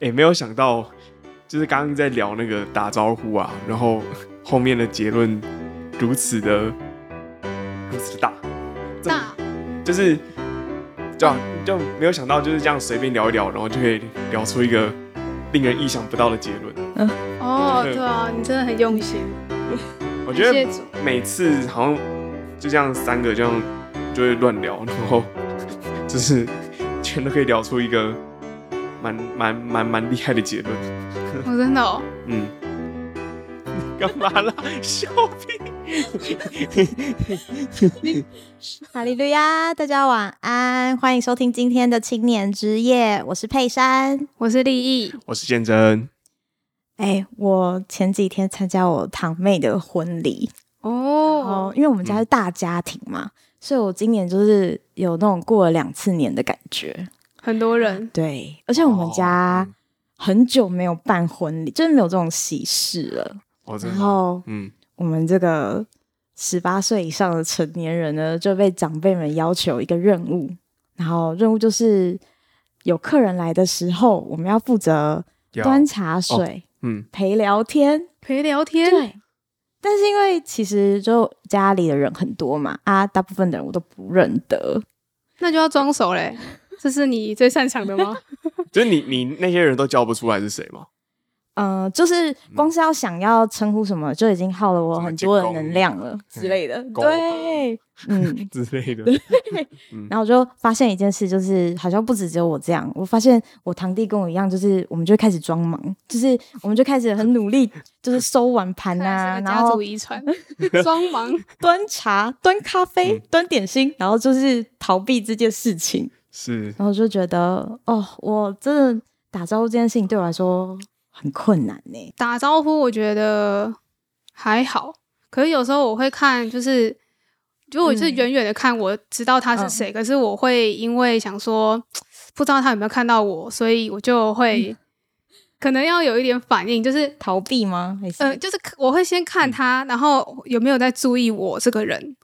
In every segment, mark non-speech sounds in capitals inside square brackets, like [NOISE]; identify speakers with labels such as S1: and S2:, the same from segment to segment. S1: 哎、没有想到，就是刚刚在聊那个打招呼啊，然后后面的结论如此的如此的大，这么
S2: 大
S1: 就是就啊就没有想到就是这样随便聊一聊，然后就可以聊出一个令人意想不到的结论。 [LAUGHS]
S2: 哦，对啊，你真的很用心，
S1: 我觉
S2: 谢谢
S1: 得
S2: 主。
S1: 每次好像就这样三个这样就会乱聊，然后就是全都可以聊出一个蛮蛮蛮蛮厉害的结论。
S2: 我真的哦，
S1: 嗯， [LAUGHS] 干嘛啦？笑屁！
S3: 哈利路亚，大家晚安，欢迎收听今天的青年之夜，我是佩珊。
S2: 我是立意，
S1: 我是建真，
S3: 哎、我前几天参加我堂妹的婚礼，哦
S2: 哦，，
S3: 因为我们家是大家庭嘛，所以我今年就是有那种过了两次年的感觉。
S2: 很多人，
S3: 对，哦而且我们家很久没有办婚礼，就是没有这种喜事了。
S1: 我真
S3: 然
S1: 的，
S3: 后
S1: 嗯，
S3: 我们这个十八岁以上的成年人呢，就被长辈们要求一个任务，然后任务就是有客人来的时候，我们要负责
S1: 要
S3: 端茶水、
S1: 嗯
S3: 陪聊天。
S2: 陪聊天，
S3: 对，但是因为其实就家里的人很多嘛，啊，大部分的人我都不认得。
S2: 那就要装熟 [LAUGHS] 嘞。这是你最擅长的 [LAUGHS] 吗？
S1: 就是你你那些人都叫不出来是谁吗？
S3: 嗯、就是光是要想要称呼什么，就已经耗了我很多的能量了之类的。
S1: 狗
S3: 对，
S1: [LAUGHS]
S3: 嗯，
S1: 之类的，
S2: 嗯
S3: 然后我就发现一件事，就是好像不止只有我这样，我发现我堂弟跟我一样，就是我们就会开始装忙，就是我们就开始很努力，就是收碗盘啊，
S2: [LAUGHS] 看来是个
S3: 然
S2: 家
S3: 后
S2: 族遗
S1: [LAUGHS]
S2: 传，装忙，
S3: 端茶、端咖啡、端点心，然后就是逃避这件事情，
S1: [LAUGHS] 是
S3: 然后就觉得哦，我真的打招呼这件事情对我来说很困难呢、
S2: 打招呼，我觉得还好，可是有时候我会看，就是如果是
S3: 嗯
S2: 远远的看，我知道他是谁，可是我会因为想说不知道他有没有看到我，所以我就会、可能要有一点反应，就是
S3: 逃避吗？还是、
S2: 呃，就是我会先看
S1: 嗯
S2: 他，然后有没有在注意我这个人。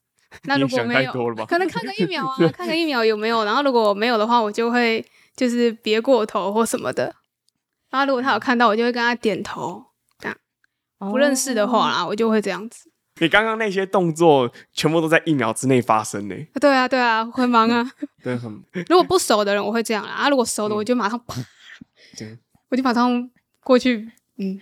S2: 那如
S1: 你
S2: 果
S1: 想
S2: 没
S1: 太
S2: 有，
S1: 多了吧？ [LAUGHS]
S2: 可能看个一秒啊，看个一秒有没有，然后如果没有的话，我就会就是别过头或什么的。然后如果
S1: 嗯
S2: 他有看到，我就会跟他点头。呃不认识的话
S3: 哦，
S2: 啦，我就会这样子。
S1: 你刚刚那些动作全部都在一秒之内发生呢、
S2: 对啊，对啊，会忙
S1: [LAUGHS]
S2: 啊。
S1: 真的很
S2: 如果不熟的人，我会这样啦。啊，如果熟的，
S1: 嗯
S2: 我就马上啪，
S1: 对
S2: 我就马上过去。嗯，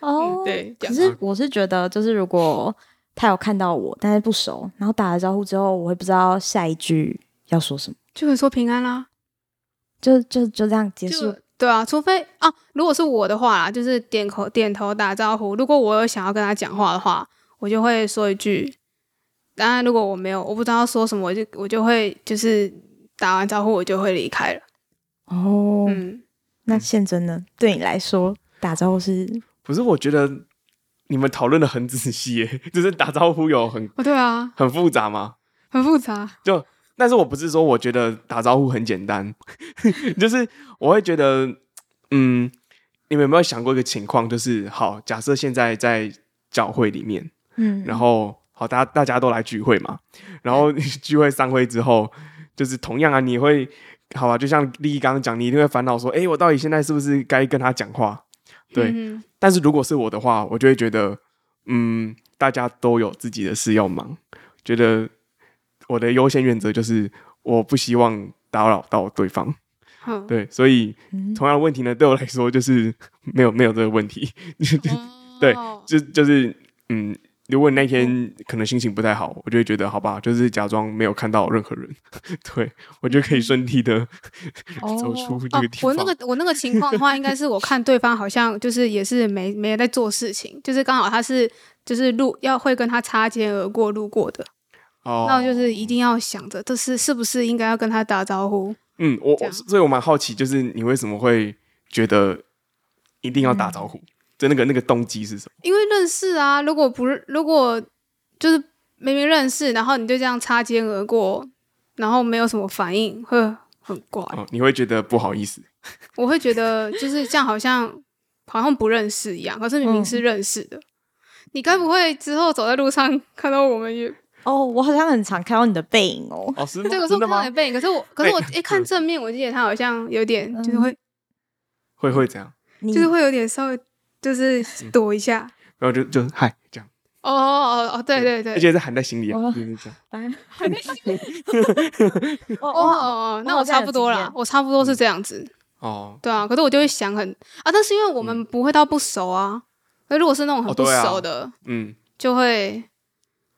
S3: 哦，
S2: 对，这样
S3: 可是我是觉得，就是如果他有看到我，但是不熟，然后打了招呼之后，我会不知道下一句要说什么，
S2: 就会说平安啦。
S3: 就就就这样结
S2: 就
S3: 束。
S2: 对啊，除非啊，如果是我的话啦，就是点口点头打招呼。如果我有想要跟他讲话的话，我就会说一句。当然，如果我没有，我不知道说什么，我就我就会就是打完招呼，我就会离开了。
S3: 哦，
S2: 嗯，
S3: 那宪真呢？对你来说，打招呼是
S1: 不是，我觉得你们讨论的很仔细、耶， [LAUGHS] 就是打招呼有很
S2: 哦，对啊，
S1: 很复杂吗？
S2: 很复杂。
S1: 就，但是我不是说我觉得打招呼很简单， [LAUGHS] 就是我会觉得，嗯，你们有没有想过一个情况，就是好，假设现在在教会里面，
S3: 嗯，
S1: 然后好，大家大家都来聚会嘛，然后聚会散会之后，就是同样啊，你会好啊吧，就像丽刚刚讲，你一定会烦恼说，诶，我到底现在是不是该跟他讲话？对，
S2: 嗯
S1: 但是如果是我的话，我就会觉得，嗯，大家都有自己的事要忙，觉得我的优先原则就是我不希望打扰到对方。
S2: 哼，
S1: 对，所以
S3: 嗯
S1: 同样的问题呢，对我来说就是没有没有这个问题， [LAUGHS]
S2: 哦
S1: 对就就是嗯。如果你那天可能心情不太好，我就会觉得好吧，就是假装没有看到任何人， [LAUGHS] 对我就可以顺利的走出这个地方。
S2: 哦。我那个我那个情况的话，应该是我看对方好像就是也是没没在做事情，就是刚好他是就是路要会跟他擦肩而过路过的，
S1: 哦
S2: 那我就是一定要想着这是是不是应该要跟他打招呼。
S1: 嗯，我
S2: 这样
S1: 所以我蛮好奇，就是你为什么会觉得一定要打招
S2: 嗯
S1: 呼？就那个那个动机是什么？
S2: 因为认识啊，如果不如果就是明明认识，然后你就这样擦肩而过，然后没有什么反应，会很怪。
S1: 哦，你会觉得不好意 [LAUGHS] 思？
S2: 我会觉得就是这样，好像好像不认识一样，可是明明是认识的。你该不会之后走在路上看到我们也
S3: 哦，我好像很常看到你的背影哦。
S1: 哦，是吗
S2: 对，可是
S1: 真
S2: 我
S1: 的
S2: 看到
S1: 吗
S2: 你？背影，可是我可是我一看正面，我记得他好像有点就是会
S1: 会会怎样？
S3: 你
S2: 就是会有点稍微就是躲一下。
S1: 然后就就嗨这样，
S2: 嗯哦哦哦，对对哦对
S1: 而，且是含在心里啊，
S3: 我
S1: 就是这样。
S3: 来，
S2: [LAUGHS] 哦
S3: 我
S2: 哦
S3: 我
S2: 哦，那我
S3: 我好像
S2: 差
S3: 有
S2: 不多
S3: 经
S2: 啦
S3: 验，嗯
S2: 我差不多是这样子，
S1: 哦，
S2: 对啊。可是我就会想很啊，但是因为我
S3: 嗯
S2: 们不会到不熟啊，那如果是那种很
S1: 哦
S2: 不
S1: 对啊
S2: 熟的，
S1: 嗯，
S2: 就会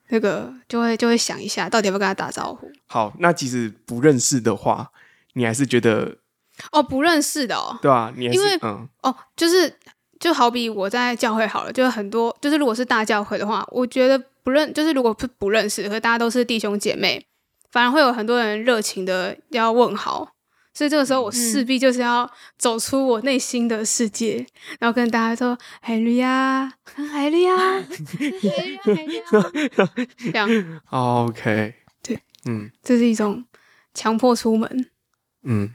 S2: 那个就会就会想一下，到底要不要跟他打招呼。
S1: 好，那即使不认识的话，你还是觉得
S2: 哦，不认识的哦，
S1: 对啊，你还是
S2: 因为
S1: 嗯
S2: 哦，就是就好比我在教会好了，就是很多，就是如果是大教会的话，我觉得不认，就是如果不不认识，和大家都是弟兄姐妹，反而会有很多人热情的要问好。所以这个时候，
S1: 嗯
S2: 我势必就是要走出我内心的世界，然后跟大家说：“海绿呀，
S1: [LAUGHS]
S2: 海绿呀，海绿呀，海绿呀。”这样，
S1: 哦，OK，
S2: 对，
S1: 嗯
S2: 这是一种强迫出门。
S1: 嗯，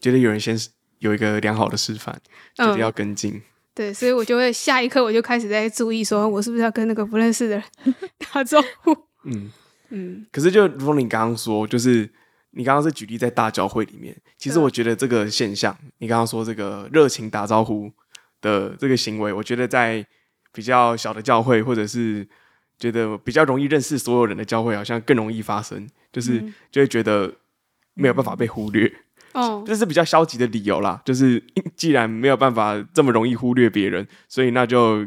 S1: 觉得有人先有一个良好的示范，觉得
S2: 嗯，
S1: 要跟进。
S2: 对，所以我就会下一刻我就开始在注意，说我是不是要跟那个不认识的人打招呼。
S1: 嗯，
S2: 嗯，
S1: 可是就如你刚刚说，就是你刚刚是举例在大教会里面，其实
S2: 对
S1: 我觉得这个现象，你刚刚说这个热情打招呼的这个行为，我觉得在比较小的教会，或者是觉得比较容易认识所有人的教会，好像更容易发生，就是就会觉得没有办法被忽略，
S2: 哦，
S1: 这是比较消极的理由啦。就是既然没有办法这么容易忽略别人，所以那就。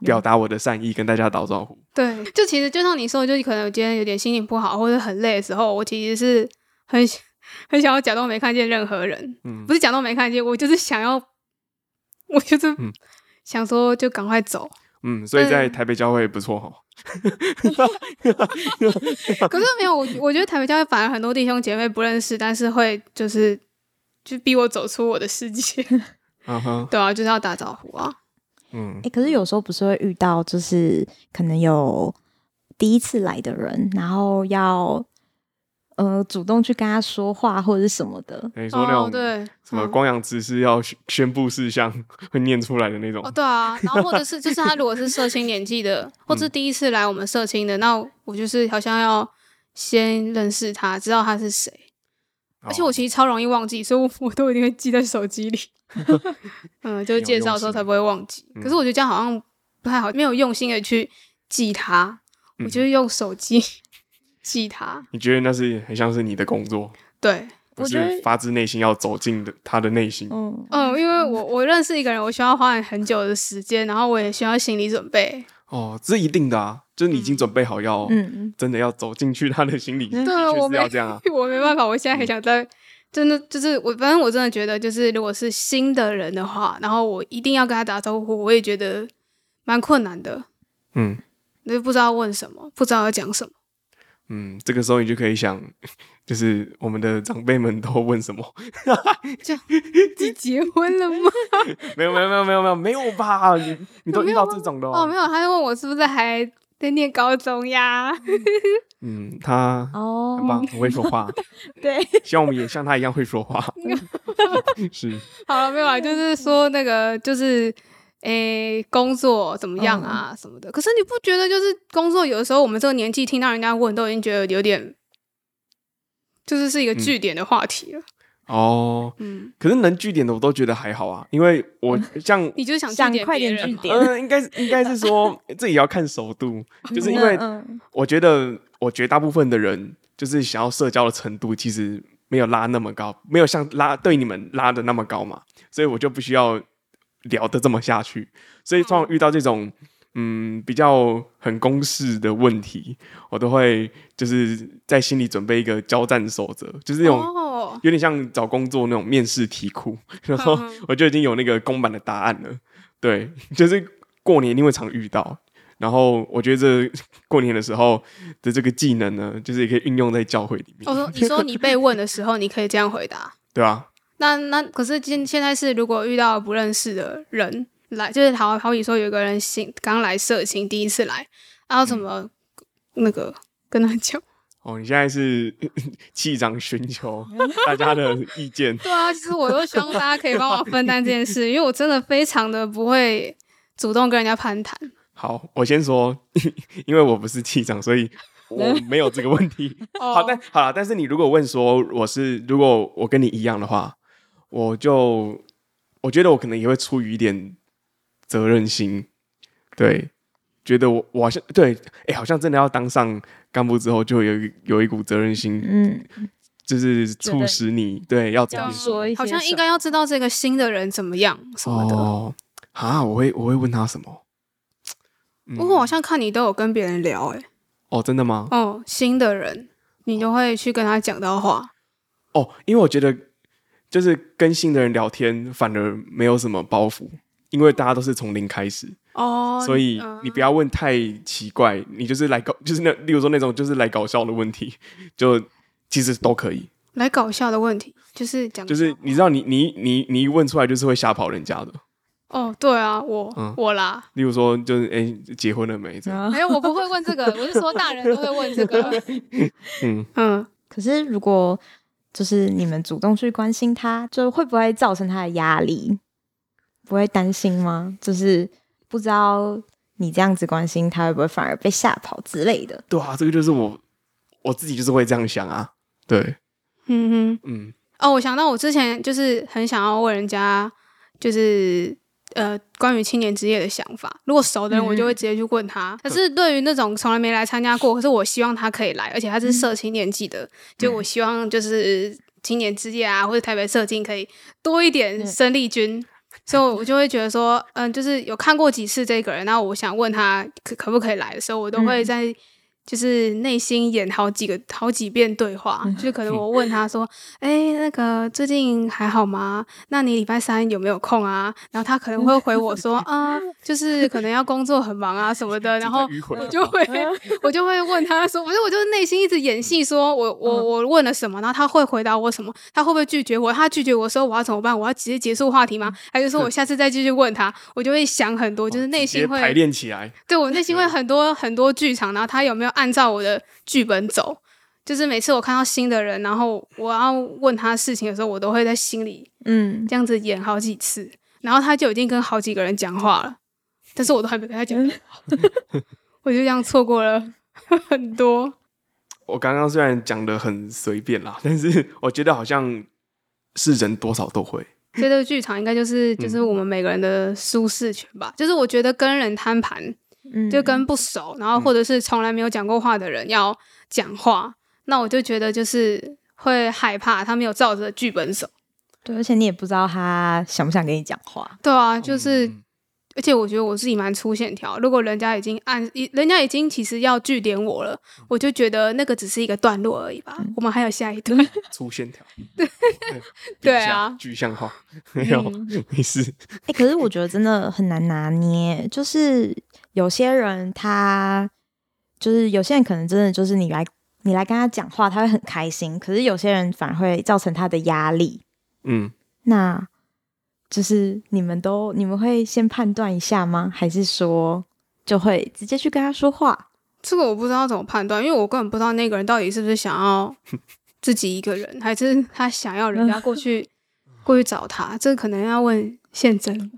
S1: 表达我的善意，跟大家打招呼。
S2: 对，就其实就像你说的，就可能我今天有点心情不好或者很累的时候，我其实是很想很想要假装没看见任何人，
S1: 嗯
S2: 不，是假装没看见，我就是想要，我就是
S1: 嗯
S2: 想说就赶快走。
S1: 嗯，所以在
S2: 嗯
S1: 台北教会不错哦哈。
S2: 可是没有，我我觉得台北教会反而很多弟兄姐妹不认识，但是会就是就逼我走出我的世界， [LAUGHS]
S1: 嗯哼，
S2: 对啊，就是要打招呼啊。
S1: 嗯
S3: 哎、可是有时候不是会遇到，就是可能有第一次来的人，然后要呃主动去跟他说话或者是什么的，
S1: 等于说那
S2: 哦，
S1: 种
S2: 对，
S1: 什么
S2: 嗯
S1: 光阳指示要宣宣布事项会念出来的那种
S2: 哦，，对啊，然后或者是就是他如果是社青年纪的，或
S1: 嗯
S2: 是第一次来我们社青的，那我就是好像要先认识他，知道他是谁。而
S1: 哦
S2: 且我其实超容易忘记，所以我 [LAUGHS] 我都一定会记在手
S1: [LAUGHS]
S2: 机里。嗯，就是介绍的时候才不会忘记。
S1: 嗯
S2: 可是我觉得这样好像不太好，没有用心的去记他，
S1: 嗯
S2: 我就是用手机记他。
S1: 你觉得那是很像是你的工作，
S2: 对，
S1: 不
S3: 我觉
S1: 是
S3: 得
S1: 发自内心要走进的他的内心。
S3: 嗯
S2: 嗯，因为我我认识一个人，我需要花很久的时间，然后我也需要心理准备。
S1: 哦，这一定的啊，就是你已经准备好要
S3: 嗯，
S1: 真的要走进去他的心里，
S3: 嗯
S1: 的
S2: 对，
S1: 确
S2: 我
S1: 是
S2: 没
S1: 要这样啊。
S2: [LAUGHS] 我没办法，我现在很想在，真的就是我，反正我真的觉得，就是如果是新的人的话，然后我一定要跟他打招呼，我也觉得蛮困难的，
S1: 嗯
S2: 就不知道问什么，不知道要讲 [LAUGHS] 什么。
S1: 嗯，这个时候你就可以想，就是我们的长辈们都问什么？
S2: 你结婚了吗？
S1: 没有没有没有没有没有没有吧？你你都遇到这种的
S2: 哦，没有，他就问我是不是还在念高中 [LAUGHS] 呀？
S1: 嗯，他
S3: 哦
S1: 很棒，很会说话，
S3: 对，
S1: 希望我们也像他一样会说话。是，
S2: 好了，没有啦，就是说那个就是。诶、工作怎么样啊？什么的？可是你不觉得就是工作有的时候，我们这个年纪听到人家问，都已经觉得有点，就是是一个
S1: 嗯
S2: 据点的话题了。
S1: 哦，
S2: 嗯，
S1: 可是能据点的我都觉得还好啊，因为我像
S2: 你就是想
S3: 想
S2: 据点
S3: 快
S2: 别
S3: 点
S2: 人
S3: 据
S2: 嘛
S3: 点
S1: 呃，应该是应该是说这也要看熟度， [LAUGHS] 就是因为
S3: 嗯
S1: 我觉得我绝大部分的人就是想要社交的程度其实没有拉那么高，没有像拉对你们拉的那么高嘛，所以我就不需要聊得这么下去，所以通常遇到这种。嗯，比较很公式的问题，我都会就是在心里准备一个交战守则，就是那种 [LAUGHS]
S2: 哦，
S1: 有点像找工作那种面试题库，然后
S2: 嗯
S1: 我就已经有那个公版的答案了。对，就是过年一定会常遇到。然后我觉得这过年的时候的这个技能呢，就是也可以运用在教会里面
S2: 我，说你说你被问的时候，你可以这样回答。
S1: 对啊，
S2: 那那可是现现在是，如果遇到不认识的人来，就是好好比说有个人新刚来社青，第一次来，然后怎
S1: 嗯
S2: 么、那个跟他讲？
S1: 哦，你现在是 [LAUGHS] 气长寻求 [LAUGHS] 大家的意见，
S2: [LAUGHS] 对啊，其实我都希望大家可以帮我分担这件 [LAUGHS] 事，因为我真的非常的不会主动跟人家攀谈。
S1: 好，我先说，因为我不是气长，所以我
S2: 嗯
S1: 没有这个问
S2: [LAUGHS]
S1: 题。好，
S2: 哦
S1: 但好了，但是你如果问说我是，如果我跟你一样的话，我就我觉得我可能也会出于一点责任心，对，觉得我我好像对，哎、好像真的要当上干部之后，就有一有一股责任心，
S3: 嗯，
S1: 就是
S3: 觉
S1: 促
S3: 得
S1: 使你对要怎
S3: 要
S1: 么
S3: 说一些
S2: 好像
S3: 什
S2: 应该要知道这个新的人怎么样什么的。
S1: 哦，啊，我会我会问他什么？嗯
S2: 不过我好像看你都有跟别人聊、欸，
S1: 哦，真的吗？
S2: 哦，新的人你就会去跟他讲到话，
S1: 哦，因为我觉得就是跟新的人聊天反而没有什么包袱，因为大家都是从零开始，
S2: 哦，
S1: 所以
S2: 嗯
S1: 你不要问太奇怪，你就是来搞， [LAUGHS] 就是那例如说那种就是来搞笑的问题， [LAUGHS] 就其实都可以。
S2: 来搞笑的问题，就是讲
S1: 就是你知道你你你你一问出来就是会吓跑人家的，
S2: 哦，对啊，我、
S1: 嗯
S2: 我啦，
S1: 例如说就是哎、结婚了没这样，
S3: [LAUGHS] 么
S2: 没有，我不会问这个，我是说大人都会问这个，
S1: 嗯，
S2: [LAUGHS] 嗯，
S3: [LAUGHS] 可是如果就是你们主动去关心他，就会不会造成他的压力？不会担心吗？就是不知道你这样子关心他，会不会反而被吓跑之类的？
S1: 对啊，这个就是我我自己就是会这样想啊，对，
S2: 嗯哼，
S1: 嗯，
S2: 哦，我想到我之前就是很想要问人家，就是呃，关于青年之夜的想法。如果熟的人，
S3: 嗯
S2: 我就会直接去问他。可是对于那种从来没来参加过，可是我希望他可以来，而且他
S3: 嗯
S2: 是社青年纪的，就我希望就是青年之夜啊，或者台北社青可以多一点
S3: 嗯
S2: 生力军。所以，我就会觉得说，嗯，就是有看过几次这个人，那我想问他可可不可以来的时候，我都会
S3: 嗯
S2: 在就是内心演好几个好几遍对话，
S3: 嗯
S2: 就是可能我问他说，哎、那个最近还好吗？那你礼拜三有没有空啊？然后他可能会回
S1: [LAUGHS]
S2: 我说，啊，就是可能要工作很忙啊什么的，然后
S1: 这在迂回
S2: 我就会
S1: 嗯
S2: 我就会问他说，我就我就内心一直演戏，说我我
S1: 嗯
S2: 我问了什么，然后他会回答我什么，他会不会拒绝我？他拒绝我的时候，我要怎么办？我要直接结束话题
S1: 嗯
S2: 吗？还是说我下次再继续问他？我就会想很多，就是内
S1: 哦直接
S2: 心会
S1: 排练起来，
S2: 对我内心会
S1: 对
S2: 很多很多剧场，然后他有没有按照我的剧本走？就是每次我看到新的人，然后我要问他事情的时候，我都会在心里
S3: 嗯，
S2: 这样子演好几次，然后他就已经跟好几个人讲话了，但是我都还没跟他讲到，我就这样错过了 [LAUGHS] 很多。
S1: 我刚刚虽然讲的很随便啦， [LAUGHS] 但是我觉得好像是人多少都会，
S2: 所以这个剧场应该就是就是我们每个人的舒适圈吧，就是我觉得跟人摊盘
S3: 嗯
S2: 就跟不熟，然后或
S1: 嗯
S2: 者是从来没有讲过话的人要讲话，那我就觉得就是会害怕他没有照着剧本走。
S3: 对，而且你也不知道他想不想跟你讲话。
S2: 对啊，就是，
S1: 嗯
S2: 而且我觉得我自己蛮粗线条，如果人家已经按，人家已经其实要据点我了，我就觉得那个只是一个段落而已吧，
S1: 嗯
S2: 我们还有下一段。 [LAUGHS]
S1: 粗线条，
S2: 对
S1: 比较
S2: 啊嗯
S1: 具象化， [LAUGHS] 没有，没事，
S3: 哎、可是我觉得真的很难拿捏，就是有些人他就是有些人可能真的就是你来你来跟他讲话，他会很开心，可是有些人反而会造成他的压力。
S1: 嗯，
S3: 那就是你们都你们会先判断一下吗？还是说就会直接去跟他说话？
S2: 这个我不知道怎么判断，因为我根本不知道那个人到底是不是想要
S1: [LAUGHS]
S2: 自己一个人，还是他想要人家
S1: [LAUGHS]
S2: 过去过去找他，这个可能要问宪真。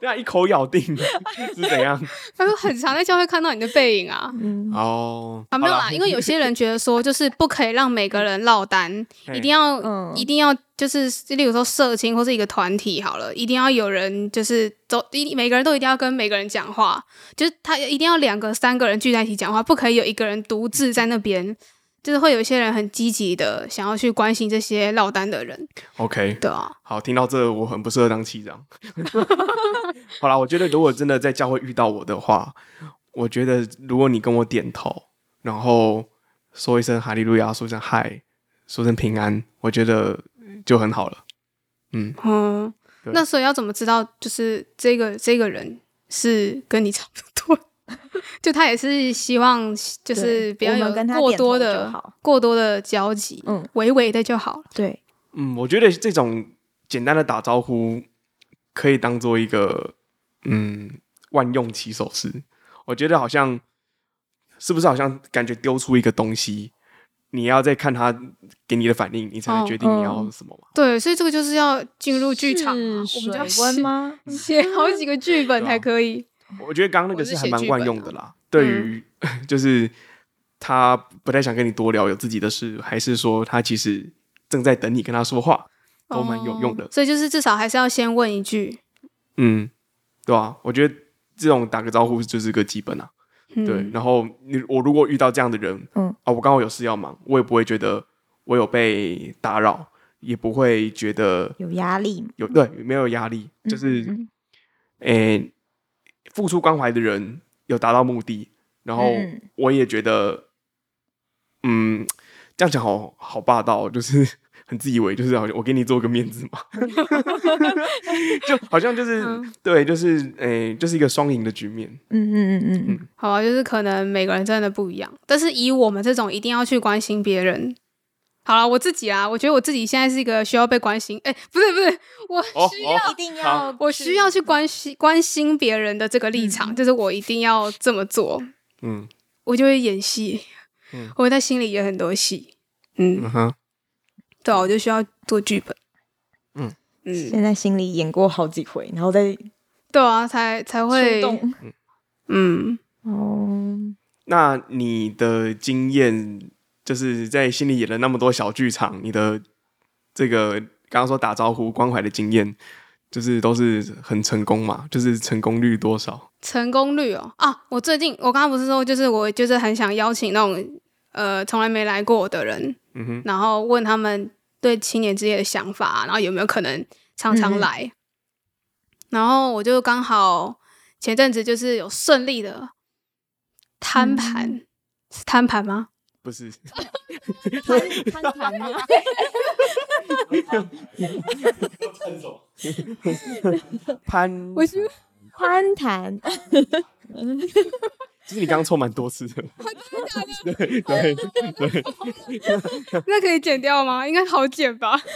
S1: 对啊，一口咬定 [LAUGHS] 是怎样？
S2: 他说很常在教会看到你的背影啊。
S3: 嗯，
S1: 哦，
S2: 啊，没有
S1: 好
S2: 啦，因为有些人觉得说，就是不可以让每个人落单，一定
S1: 要
S2: 要、
S3: 嗯
S2: 一定要，就是例如说社青或是一个团体好了，一定要有人就是都一每个人都一定要跟每个人讲话，就是他一定要两个三个人聚在一起讲话，不可以有一个人独自在那边，就是会有一些人很积极的想要去关心这些落单的人，
S1: OK，
S2: 对啊，
S1: 好，听到这我很不适合当气长。 [LAUGHS] 好啦，我觉得如果真的在教会遇到我的话，我觉得如果你跟我点头，然后说一声哈利路亚，说一声嗨，说声平安，我觉得就很好了。嗯，
S2: 嗯，
S1: 对
S2: 那所以要怎么知道，就是这个这个人是跟你差不多？ [LAUGHS] 就他也是希望，就是
S3: 对
S2: 不要
S3: 我们
S2: 有
S3: 跟他
S2: 过
S3: 点
S2: 多
S3: 头就
S2: 的
S3: 好
S2: 过多的交集，
S3: 嗯，
S2: 微微的就好了。
S3: 对，
S1: 嗯，我觉得这种简单的打招呼可以当做一个嗯万用起手式。我觉得好像是不是好像感觉丢出一个东西，你要再看他给你的反应，你才能
S2: 哦
S1: 决定你要
S3: 嗯
S1: 什么嘛。
S2: 对，所以这个就是要进入剧场啊，
S3: 是
S2: 我们就要
S3: 水温
S2: 写 [LAUGHS]
S3: 吗？
S2: 写好几个剧本
S1: 对啊
S2: 才可以。
S1: 我觉得刚刚那个
S2: 我是
S1: 是还
S2: 写
S1: 蛮
S2: 剧
S1: 万
S2: 本嗯
S1: 用
S2: 啊
S1: 的啦。对于、 [LAUGHS] 就是他不太想跟你多聊，有自己的事，还是说他其实正在等你跟他说话，都蛮有用的。
S2: 哦所以就是至少还是要先问一句，
S1: 嗯，对啊，我觉得这种打个招呼就是个基本啊。
S2: 嗯、
S1: 对，然后你我如果遇到这样的人，
S3: 嗯
S1: 啊，我刚好有事要忙，我也不会觉得我有被打扰，也不会觉得
S3: 有压力嘛，
S1: 有对没有压力，就是
S3: 嗯
S1: 诶、付出关怀的人有达到目的，然后
S3: 嗯
S1: 我也觉得，嗯，这样讲好好霸道哦，就是 [LAUGHS] 很自以为，就是好像我给你做个面子嘛， [LAUGHS] 就好像就是、
S2: 嗯
S1: 对，就是诶、就是一个双赢的局面，
S3: 嗯嗯嗯嗯嗯，
S2: 好吧，啊就是可能每个人真的不一样，但是以我们这种一定要去关心别人。好了，我自己啊，我觉得我自己现在是一个需要被关心，哎、不对不对，我
S1: 哦
S2: 需
S1: 哦
S2: 要、
S3: 一定
S1: 要
S3: 要
S2: 我需要去关心关心别人的这个立场，就是我一定要这么做，
S1: 嗯
S2: 我就会演戏，
S1: 嗯
S2: 我会在心里演很多戏，嗯，
S1: 嗯哼，
S2: 对啊，我就需要做剧本，
S1: 嗯
S2: 嗯，
S3: 现在心里演过好几回，然后再
S2: 对啊，才才
S3: 触
S2: 会，
S3: 动
S2: 嗯，
S3: 哦。
S1: 那你的经验就是在心里演了那么多小剧场，你的这个刚刚说打招呼关怀的经验，就是都是很成功嘛？就是成功率多少？
S2: 成功率哦啊！我最近我刚刚不是说，就是我就是很想邀请那种呃从来没来过的人，
S1: 嗯哼，
S2: 然后问他们对青年之夜的想法啊，然后有没有可能常常来。然后我就刚好前阵子就是有顺利的摊盘，是摊盘吗？
S1: 不是，
S3: 攀攀谈吗？
S1: 攀，
S2: 我
S1: 就
S3: [LAUGHS] 攀谈，
S1: 是你刚刚错蛮多
S2: [LAUGHS]
S1: 次的，对对对，嗯
S2: [LAUGHS] 那可以剪掉吗？应该好剪吧。 [LAUGHS]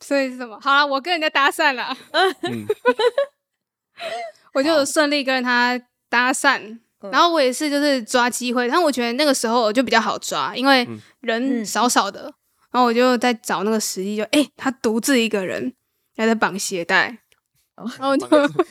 S2: 所以是什么？好了，我跟人家搭讪了， [LAUGHS]
S1: 嗯
S2: 我就有顺利跟他搭讪，
S3: 嗯
S2: 然后我也是就是抓机会，但我觉得那个时候我就比较好抓，因为
S1: 嗯
S2: 人
S3: 嗯
S2: 少少的，然后我就在找那个时机，就哎、诶他独自一个人还在绑鞋带，
S3: 哦
S2: 然后我就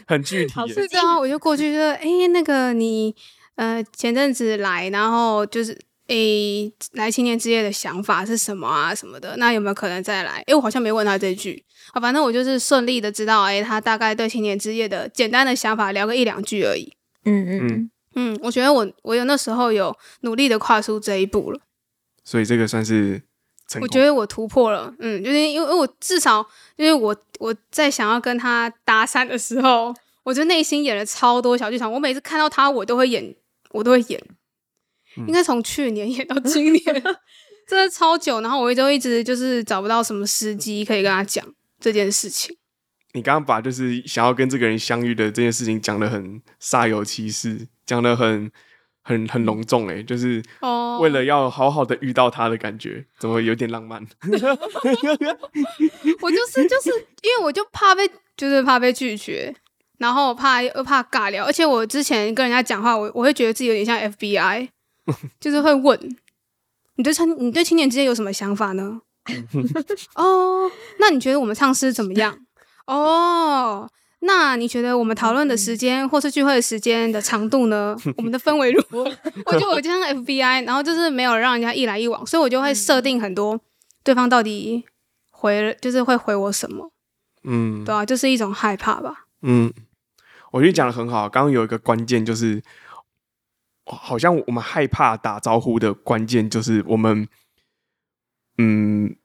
S1: 很具体
S3: 好
S1: 耶，
S2: 是这样，我就过去就哎、诶那个你呃前阵子来，然后就是哎、诶来青年之夜的想法是什么啊什么的，那有没有可能再来？哎、我好像没问他这句。啊，反正我就是顺利的知道，哎、他大概对青年之夜的简单的想法聊个一两句而已。
S3: 嗯嗯嗯
S1: 嗯，
S2: 嗯，我觉得我我有那时候有努力的跨出这一步了，
S1: 所以这个算是成功。
S2: 我觉得我突破了，嗯，就是因为因为我至少因为我我在想要跟他搭讪的时候，我就内心演了超多小剧场，我每次看到他，我都会演，我都会演，
S1: 嗯
S2: 应该从去年演到今年， [LAUGHS] 真的超久，然后我就一直就是找不到什么时机可以跟他讲这件事情，
S1: 你刚刚把就是想要跟这个人相遇的这件事情讲得很煞有其事，讲得很很很隆重、欸，就是
S2: 哦，
S1: 为了要好好的遇到他的感觉，怎么有点浪漫？
S2: 我就是就是因为我就怕被，就是怕被拒绝，然后怕又怕尬聊，而且我之前跟人家讲话，我我会觉得自己有点像 FBI，就是会问你对青你对青年之间有什么想法呢？ [LAUGHS] 哦，那你觉得我们唱诗怎么样？哦。那你觉得我们讨论的时间，或是聚会的时间的长度呢？我们的氛围如何？ [LAUGHS] 我觉得我就像 FBI，然后就是没有让人家一来一往，所以我就会设定很多对方到底回了，就是会回我什么，
S1: 嗯
S2: 对啊，就是一种害怕吧。
S1: 嗯，我觉得讲的很好。刚刚有一个关键就是，好像我们害怕打招呼的关键就是我们，嗯，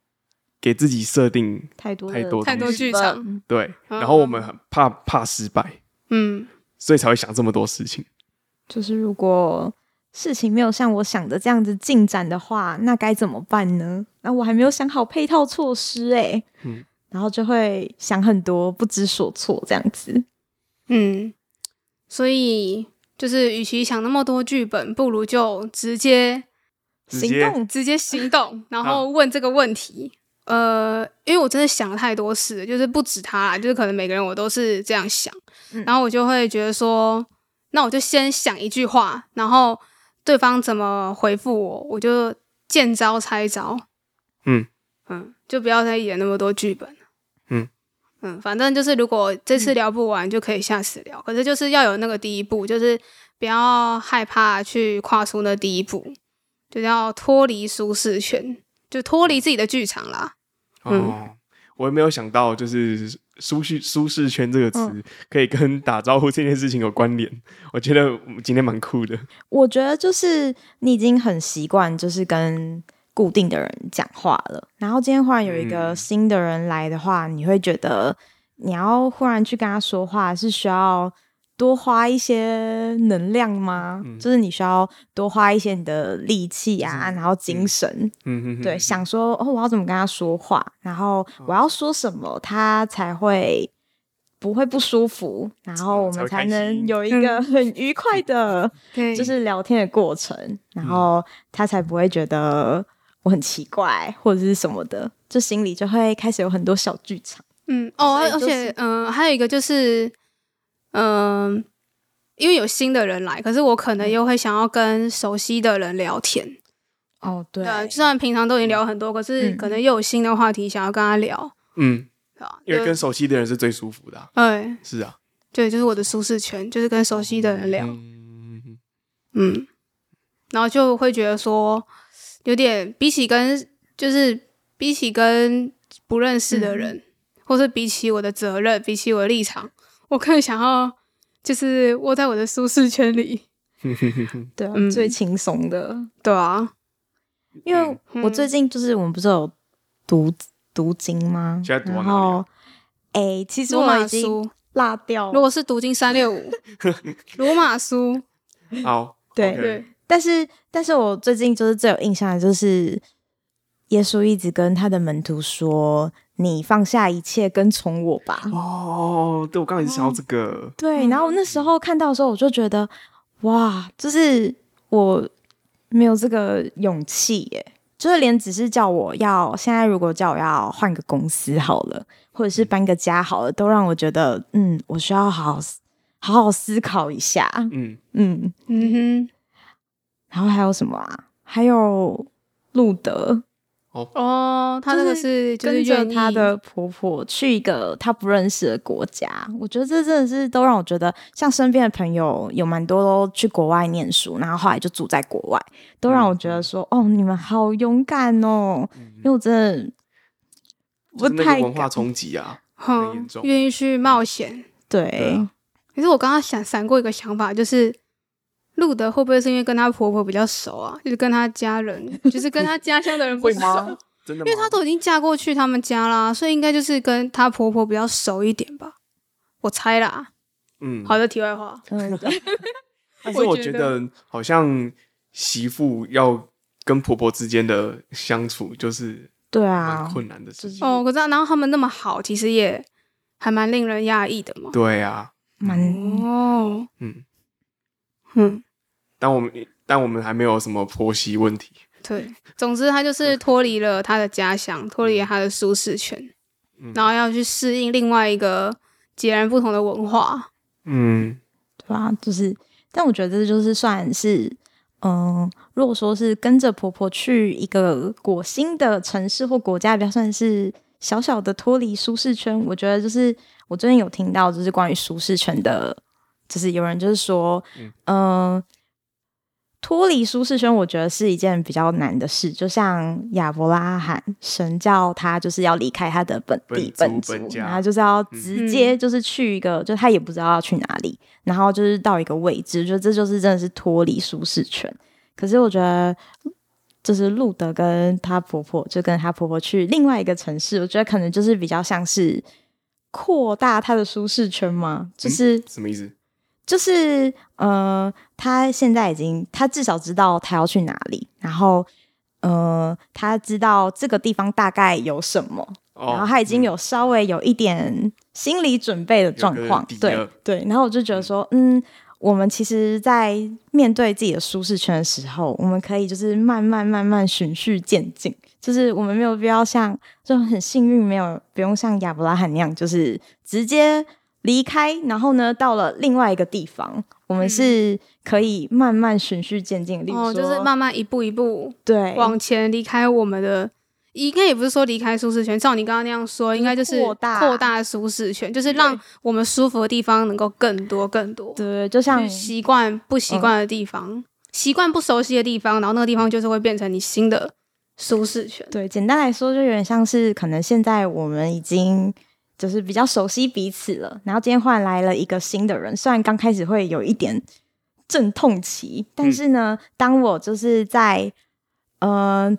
S1: 给自己设定
S3: 太多
S1: 太
S3: 的
S1: 多
S2: 太多剧场，
S1: 对，
S2: 嗯
S1: 然后我们很怕怕失败，
S2: 嗯，
S1: 所以才会想这么多事情。
S3: 就是如果事情没有像我想的这样子进展的话，那该怎么办呢？那我还没有想好配套措施哎、
S1: 嗯
S3: 然后就会想很多，不知所措这样子。
S2: 嗯，所以就是，与其想那么多剧本，不如就直接
S1: 直接
S3: 行动，
S2: 直接行动，然后
S1: 嗯
S2: 问这个问题。呃，因为我真的想了太多事了，就是不止他啦，就是可能每个人我都是这样想，
S3: 嗯
S2: 然后我就会觉得说，那我就先想一句话，然后对方怎么回复我，我就见招拆招。
S1: 嗯
S2: 嗯，就不要再演那么多剧本。
S1: 嗯
S2: 嗯，反正就是如果这次聊不完，就可以下次聊。可是就是要有那个第一步，就是不要害怕去跨出那
S3: 嗯
S2: 第一步，就是要脱离舒适圈，就脱离自己的剧场啦。
S1: 哦，我也没有想到，就是舒适舒适圈这个词可以跟打招呼这件事情有关联。我觉得我们今天蛮酷的。
S3: 我觉得就是你已经很习惯，就是跟固定的人讲话了。然后今天忽然有一个
S1: 嗯
S3: 新的人来的话，你会觉得你要忽然去跟他说话，是需要多花一些能量吗？
S1: 嗯
S3: 就是你需要多花一些你的力气啊，
S1: 就是
S3: 然后精神，
S1: 嗯哦哼哼，
S3: 对，想说哦，我要怎么跟他说话，然后我要说什么，他才会。不会不舒服，然后我
S1: 哦才
S3: 们
S1: 会
S3: 才
S1: 开
S3: 能
S1: 心
S3: 有一
S1: [LAUGHS]
S3: 个很愉快的
S2: 对，
S3: 就是聊天的过程，然后他才不会觉得我很奇怪或者是什么的，就心里就会开始有很多小剧场。
S2: 嗯哦，
S3: 所以
S2: 而
S3: 就是
S2: 且嗯、还有一个就是嗯、因为有新的人来，可是我可
S3: 嗯
S2: 能又会想要跟熟悉的人聊天。
S3: 哦，对
S2: 对，啊虽然平常都已经聊很多，可是
S3: 嗯
S2: 可能又有新的话题想要跟他聊，
S1: 嗯，
S2: 对吧？
S1: 因为
S2: 就
S1: 跟熟悉的人是最舒服的啊、
S2: 哎，
S1: 是啊，
S2: 对，就是我的舒适圈，就是跟熟悉的人聊，
S1: 嗯 [LAUGHS]
S2: 嗯，然后就会觉得说，有点比起跟就是比起跟不认识的人，
S3: 嗯
S2: 或是比起我的责任，比起我的立场，我更想要就是窝在我的舒适圈里，
S1: 哼哼哼哼
S3: 对啊，
S2: 嗯
S3: 最轻松的，
S2: 对啊，
S3: 因为
S2: 嗯
S3: 我最近就是我们不是有读读经吗？
S1: 现在读到
S3: 然
S1: 哪里啊
S3: 后，哎，其实
S2: 罗
S3: 我已
S2: 马
S3: 经哦
S2: 书，
S3: 落掉
S2: 如
S3: 了，
S2: 果是读经三六
S3: [LAUGHS]
S2: 五，罗
S1: [LAUGHS]
S2: 马书，
S1: 好，
S3: 对
S1: OK
S2: 对，
S3: 但是但是我最近就是最有印象的就是。耶稣一直跟他的门徒说：“你放下一切，跟从我吧。”
S1: 哦，对我刚才想到这个，
S2: 嗯
S3: 对，然后那时候看到的时候，我就觉得哇，就是我没有这个勇气耶，就是连只是叫我要现在如果叫我要换个公司好了，或者是搬个家好了，都让我觉得嗯，我需要好好思好好思考一下，
S1: 嗯，
S3: 嗯，
S2: 嗯
S3: 然后还有什么啊？还有路德
S2: 哼，哦，他这个
S3: 就是
S2: 就
S3: 跟
S2: 是
S3: 着
S2: 愿
S3: 她
S2: 意
S3: 的婆婆去一个她不认识的国家，我觉得这真的是都让我觉得，像身边的朋友有蛮多都去国外念书，然后后来就住在国外，都让我觉得说，
S2: 嗯
S3: 哦，你们好勇敢哦，因为我真的
S1: 就
S3: 不
S1: 是那
S3: 太
S1: 个文化
S3: 敢
S1: 冲击啊，很
S2: 哼
S1: 严，重
S2: 愿意去冒险。
S1: 对
S3: 对
S1: 啊
S2: 可是我刚刚想闪过一个想法，就是路德会不会是因为跟他婆婆比较熟啊？就是跟他家
S1: [LAUGHS]
S2: 人，就是跟他家乡的人不
S1: 会
S2: 熟，
S1: 吗？真的吗？
S2: 因为她都已经嫁过去他们家啦，所以应该就是跟她婆婆比较熟一点吧。我猜啦。
S1: 嗯，
S2: 好的，题外话，
S3: 嗯，对
S1: 但是我
S2: 我
S1: 觉
S2: 觉
S1: 得好像媳妇要跟婆婆之间的相处，就是
S2: [LAUGHS]
S3: 对
S1: 蛮
S3: 啊，
S1: 困难的事情。
S2: 哦，我知道。然后他们那么好，其实也还蛮令人讶异的嘛。
S1: 对啊，
S3: 蛮
S2: 哦，
S1: 嗯，
S2: 嗯，
S1: 但我们但我们还没有什么婆媳问题。
S2: 对。总之，她就是脱离了她的家乡，脱离了她的舒适圈，
S1: 嗯
S2: 然后要去适应另外一个截然不同的文化。
S1: 嗯，
S3: 对啊，就是，但我觉得这就是算是。嗯，如果说是跟着婆婆去一个国新的城市或国家，比较算是小小的脱离舒适圈。我觉得就是我最近有听到，就是关于舒适圈的，就是有人就是说，
S1: 嗯
S3: 嗯，脱离舒适圈，我觉得是一件比较难的事。就像亚伯拉罕，神叫他就是要离开他的本地
S1: 本
S3: 本
S1: 族本家
S3: 然后就是要直接
S2: 嗯
S3: 就是去一个，就他也不知道要去哪里，然后就是到一个位置，就这就是真的是脱离舒适圈。可是我觉得，就是路德跟她婆婆，就跟她婆婆去另外一个城市，我觉得可能就是比较像是扩大她的舒适圈嘛，就是、
S1: 什么意思？
S3: 就是呃，她现在已经，她至少知道她要去哪里，然后呃，她知道这个地方大概有什么，
S1: 哦，
S3: 然后他已经
S1: 嗯
S3: 有稍微有一点心理准备的状
S1: 有
S3: 况
S1: 个底，
S3: 对
S1: 了
S3: 对。然后我就觉得说，嗯，我们其实，在面对自己的舒适圈的时候，我们可以就是慢慢慢慢循序渐进，就是我们没有必要像就很幸运，没有不用像亚伯拉罕那样，就是直接离开，然后呢，到了另外一个地方，我们
S2: 嗯
S3: 是可以慢慢循序渐进，例如说，哎
S2: 哦，就是慢慢一步一步
S3: 对
S2: 往前离开我们的，应该也不是说离开舒适圈，照你刚刚那样说，应该就是
S3: 扩大
S2: 扩大舒适圈，就是让我们舒服的地方能够更多更多，
S3: 对，嗯就像
S2: 去习惯不习惯的地方，习惯不熟悉的地方，然后那个地方就是会变成你新的舒适圈。
S3: 对，简单来说，就有点像是可能现在我们已经就是比较熟悉彼此了，然后今天换来了一个新的人，虽然刚开始会有一点阵痛期，
S2: 嗯
S3: 但是呢，当我就是在嗯、呃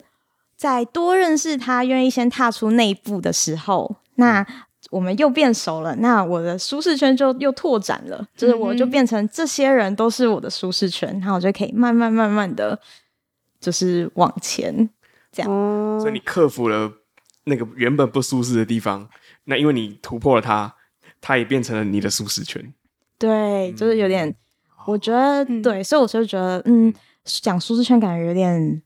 S3: 在多认识他，愿意先踏出那一步的时候，
S2: 嗯
S3: 那。我们又变熟了，那我的舒适圈就又拓展了，就是我就
S2: 嗯哼
S3: 变成这些人都是我的舒适圈，然后我就可以慢慢慢慢的，就是往前。这样
S2: 哦
S1: 所以你克服了那个原本不舒适的地方，那因为你突破了它，它也变成了你的舒适圈。
S3: 对，就是有点，我觉得、
S2: 嗯
S3: 对，所以我就觉得，嗯，讲舒适圈感觉有点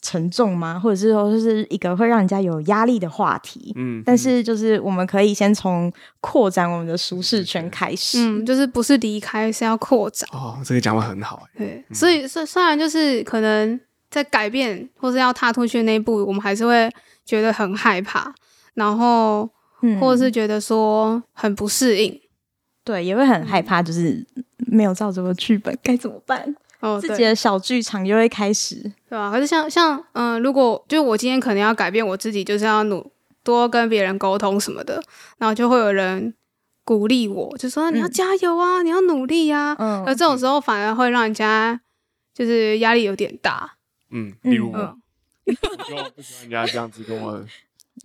S3: 沉重吗？或者是说，就是一个会让人家有压力的话题。
S1: 嗯，
S3: 但是就是我们可以先从扩展我们的舒适圈开始。
S2: 嗯，就是不是离开，是要扩展。
S1: 哦，这个讲法很好、欸，
S2: 对，
S3: 嗯
S2: 所以虽虽然就是可能在改变或是要踏出去的那一步，我们还是会觉得很害怕，然后
S3: 嗯
S2: 或者是觉得说很不适应。
S3: 对，也会很
S2: 嗯
S3: 害怕，就是没有照着我的剧本该怎么办？
S2: 哦，
S3: 自
S2: 对
S3: 己的小剧场又会开始。
S2: 对啊吧、可是像像嗯、呃如果就是我今天可能要改变我自己，就是要努多跟别人沟通什么的，然后就会有人鼓励我，就说你要
S3: 嗯
S2: 加油啊，你要努力啊。
S3: 嗯
S2: 而这种时候反而会让人家就是压力有点大。
S1: 嗯，
S3: 嗯
S1: 例如我，
S2: 嗯
S1: 我就不喜欢人家这样子跟我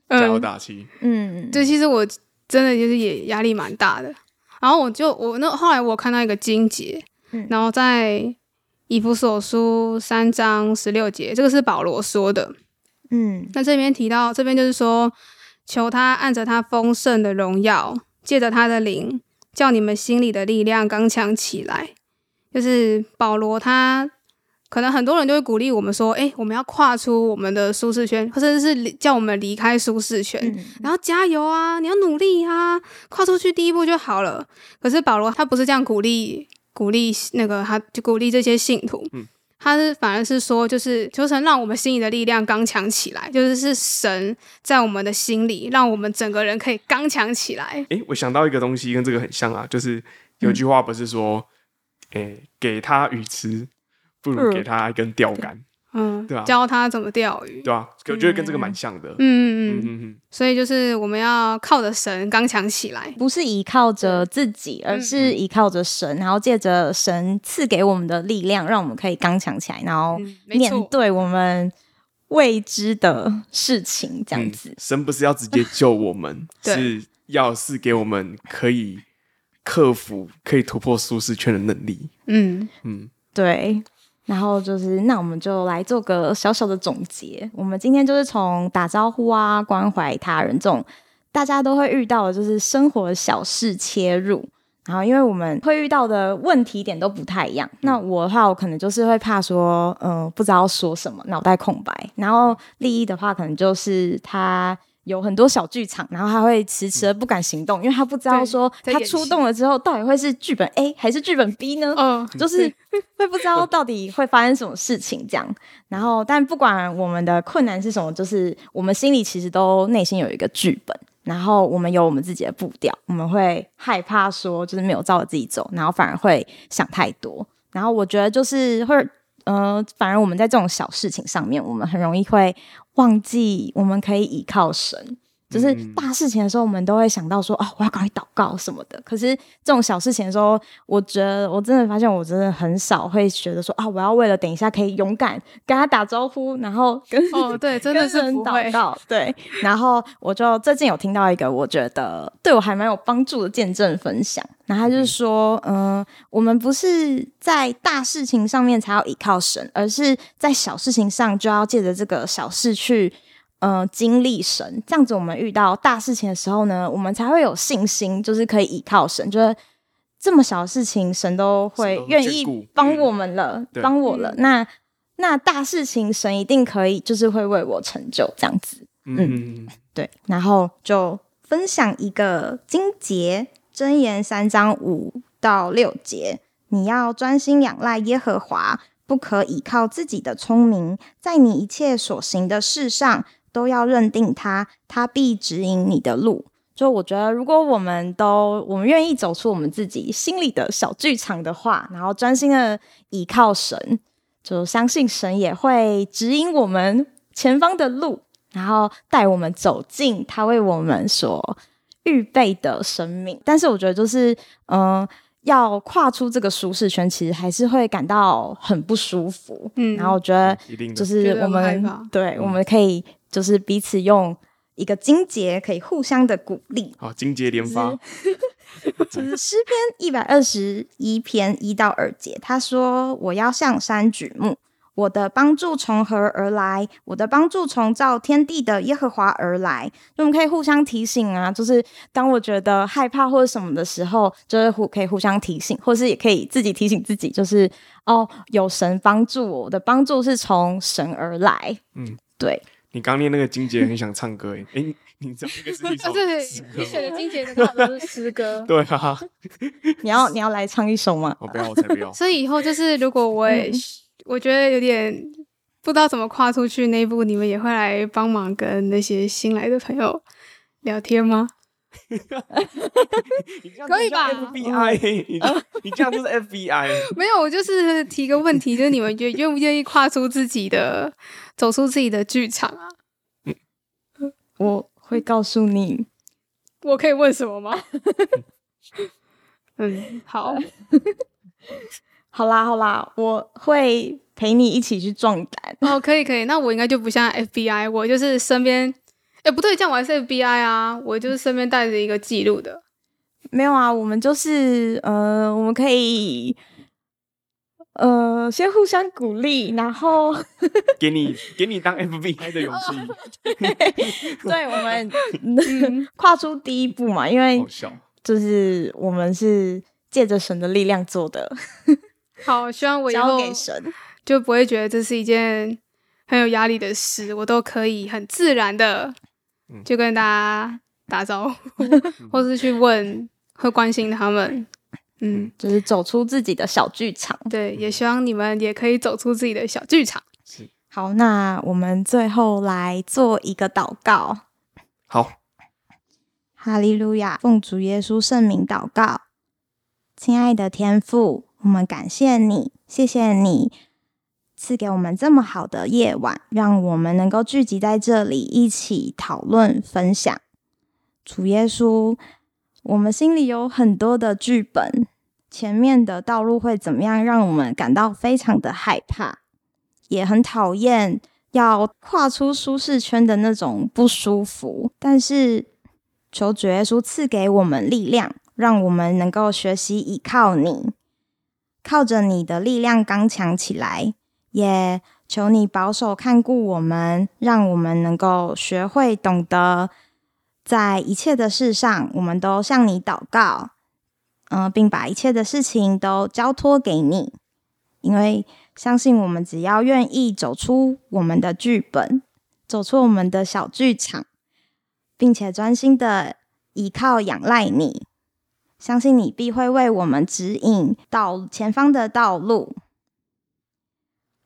S1: 加油
S2: 嗯，
S1: 打气。
S3: 嗯，
S2: 对，其实我真的就是也压力蛮大的。然后我就我那后来我看到一个金节，
S3: 嗯
S2: 然后在以弗所书三章十六节，这个是保罗说的。
S3: 嗯
S2: 那这边提到，这边就是说，求他按着他丰盛的荣耀，借着他的灵，叫你们心里的力量刚强起来。就是保罗他，可能很多人就会鼓励我们说，哎、我们要跨出我们的舒适圈，甚至是离叫我们离开舒适圈。
S3: 嗯
S2: 然后加油啊，你要努力啊，跨出去第一步就好了。可是保罗他不是这样鼓励鼓励那个他就鼓励这些信徒，
S1: 嗯
S2: 他是反而是说，就是求神让我们心里的力量刚强起来，就是是神在我们的心里，让我们整个人可以刚强起来。
S1: 诶，我想到一个东西跟这个很像啊，就是有句话不是说，诶，给他鱼吃，不如
S3: 嗯
S1: 给他一根钓竿，
S2: 嗯，
S1: 对啊
S2: 教他怎么钓鱼。
S1: 对吧、啊我觉得跟这个蛮像的。
S2: 嗯嗯嗯，
S1: 嗯嗯，
S2: 所以就是我们要靠着神刚强起来。
S3: 不是依靠着自己，而
S2: 嗯
S3: 是依靠着神，然后借着神赐给我们的力量，让我们可以刚强起来，然后
S2: 嗯，没
S3: 面
S2: 错，
S3: 对我们未知的事情，这样子
S1: 嗯。神不是要直接救我 [LAUGHS] 们，
S2: 对
S1: 是要是给我们可以克服、可以突破舒适圈的能力。
S2: 嗯，
S1: 嗯，
S3: 对，然后就是，那我们就来做个小小的总结。我们今天就是从打招呼啊、关怀他人这种大家都会遇到的，就是生活小事切入。然后，因为我们会遇到的问题点都不太一样。那我的话，我可能就是会怕说，嗯、不知道说什么，脑袋空白。然后利益的话，可能就是他有很多小剧场，然后他会迟迟的不敢行动，因为他不知道
S2: 对
S3: 说
S2: 在
S3: 他
S2: 演
S3: 出
S2: 戏
S3: 动了之后，到底会是剧本 A 还是剧本 B 呢？
S2: 哦，
S3: 就是会不知道到底会发生什么事情这样。然后，但不管我们的困难是什么，就是我们心里其实都内心有一个剧本，然后我们有我们自己的步调，我们会害怕说就是没有照着自己走，然后反而会想太多。然后我觉得就是会。呃，反而我们在这种小事情上面，我们很容易会忘记我们可以依靠神。就是
S1: 嗯
S3: 大事情的时候，我们都会想到说，哦，我要赶快祷告什么的。可是这种小事情的时候，我觉得我真的发现，我真的很少会觉得说，啊，我要为了等一下可以勇敢跟他打招呼，然后跟、
S2: 哦，对，真的
S3: 跟
S2: 是
S3: 人
S2: 不
S3: 祷
S2: 会，
S3: 告。对，然后我就最近有听到一个我觉得对我还蛮有帮助的见证分享，然后他就是说，嗯、我们不是在大事情上面才要依靠神，而是在小事情上就要借着这个小事去。呃，经历神这样子，我们遇到大事情的时候呢，我们才会有信心，就是可以依靠神，就是这么小的事情，神都
S1: 神
S3: 会
S1: 都
S3: 愿
S1: 眷
S3: 意
S1: 顾嗯
S3: 帮我们了，
S1: 对
S3: 帮我了。那那大事情，神一定可以，就是会为我成就这样子。
S1: 嗯嗯，嗯
S3: 对，然后就分享一个经节，《箴言》三章五到六节：你要专心仰赖耶和华，不可倚靠自己的聪明，在你一切所行的事上都要认定他，他必指引你的路。就我觉得，如果我们都我们愿意走出我们自己心里的小剧场的话，然后专心的倚靠神，就相信神也会指引我们前方的路，然后带我们走进他为我们所预备的生命。但是我觉得就是，嗯、要跨出这个舒适圈，其实还是会感到很不舒服。
S2: 嗯
S3: 然后我觉得
S1: 一定的，
S3: 就是我
S2: 觉得很害
S3: 们
S2: 怕嗯
S3: 对，我们可以就是彼此用一个金节，可以互相的鼓励。
S1: 好，金节连发，
S3: 就是诗篇一百二十一篇一到二节，他说：“我要向山举目，我的帮助从何而来？我的帮助从造天地的耶和华而来。”就我们可以互相提醒啊，就是当我觉得害怕或者什么的时候，就是互可以互相提醒，或是也可以自己提醒自己，就是哦，有神帮助我，我的帮助是从神而来。
S1: 嗯，
S3: 对，
S1: 你刚念那个金节很想唱歌哎，哎，你你知道那个是一
S2: 啊，
S1: [LAUGHS] 首
S2: 对，
S1: 诗歌
S2: 你
S1: 吗，
S2: 选的金姐的刚好都是诗歌
S1: 对啊，
S3: 你要你要来唱一首吗？
S1: 我不要，我才 [LAUGHS] 不要，
S2: [LAUGHS] 所以以后就是，如果我也、
S3: 嗯
S2: 我觉得有点不知道怎么跨出去那一步，你们也会来帮忙跟那些新来的朋友聊天吗？
S1: 你这样
S2: 可
S1: 子
S2: 以
S1: 像
S2: 吧
S1: FBI，你这欸 [LAUGHS] 你这样就是 FBI，
S2: [LAUGHS] 没有，我就是提个问题，就是你们愿愿不愿意跨出自己的，走出自己的剧场啊？
S3: 我会告诉你。
S2: 我可以问什么吗？ [LAUGHS] 嗯， [LAUGHS] 好，
S3: 好啦好啦，我会陪你一起去壮胆。
S2: 哦，可以可以，那我应该就不像 FBI，我就是身边，哎，不对，这样我还是 FBI 啊，我就是身边带着一个记录的，
S3: 没有啊，我们就是呃，我们可以呃先互相鼓励，然 [LAUGHS] 后
S1: 给你给你当 FBI 的勇 [LAUGHS] 气，
S3: 对我们 [LAUGHS]
S2: 嗯，
S3: 跨出第一步嘛，因为
S1: 好笑。
S3: 就是我们是借着神的力量做的，
S2: [LAUGHS] 好，希望我以
S3: 交
S2: 后
S3: 给神。
S2: 就不会觉得这是一件很有压力的事，我都可以很自然的
S1: 嗯
S2: 就跟大家打招呼，
S3: 嗯
S2: [LAUGHS] 或是去问，会关心他们。嗯，
S3: 就是走出自己的小剧场。
S2: 对，也希望你们也可以走出自己的小剧场。
S3: 好，那我们最后来做一个祷告。
S1: 好，
S3: 哈利路亚！奉主耶稣圣名祷告，亲爱的天父，我们感谢你，谢谢你赐给我们这么好的夜晚，让我们能够聚集在这里一起讨论分享。主耶稣，我们心里有很多的剧本，前面的道路会怎么样，让我们感到非常的害怕，也很讨厌要跨出舒适圈的那种不舒服，但是求主耶稣赐给我们力量，让我们能够学习依靠你，靠着你的力量刚强起来。也求你保守看顾我们，让我们能够学会懂得在一切的事上，我们都向你祷告，嗯、并把一切的事情都交托给你，因为相信我们只要愿意走出我们的剧本，走出我们的小剧场。并且专心的依靠仰赖你，相信你必会为我们指引到前方的道路，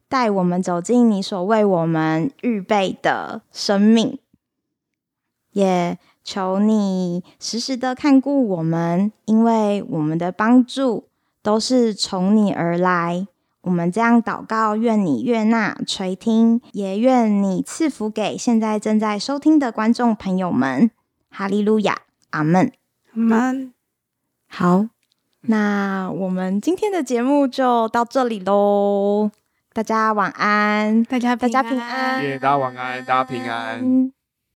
S3: 带我们走进你所为我们预备的生命。也求你时时的看顾我们，因为我们的帮助都是从你而来。我们这样祷告，愿你悦纳垂听，也愿你赐福给现在正在收听的观众朋友们。哈利路亚，阿门。
S2: 我们
S3: 好，那我们今天的节目就到这里喽，大家晚安，
S2: 大家
S3: 大家平安，
S1: 耶大家晚安大家平安。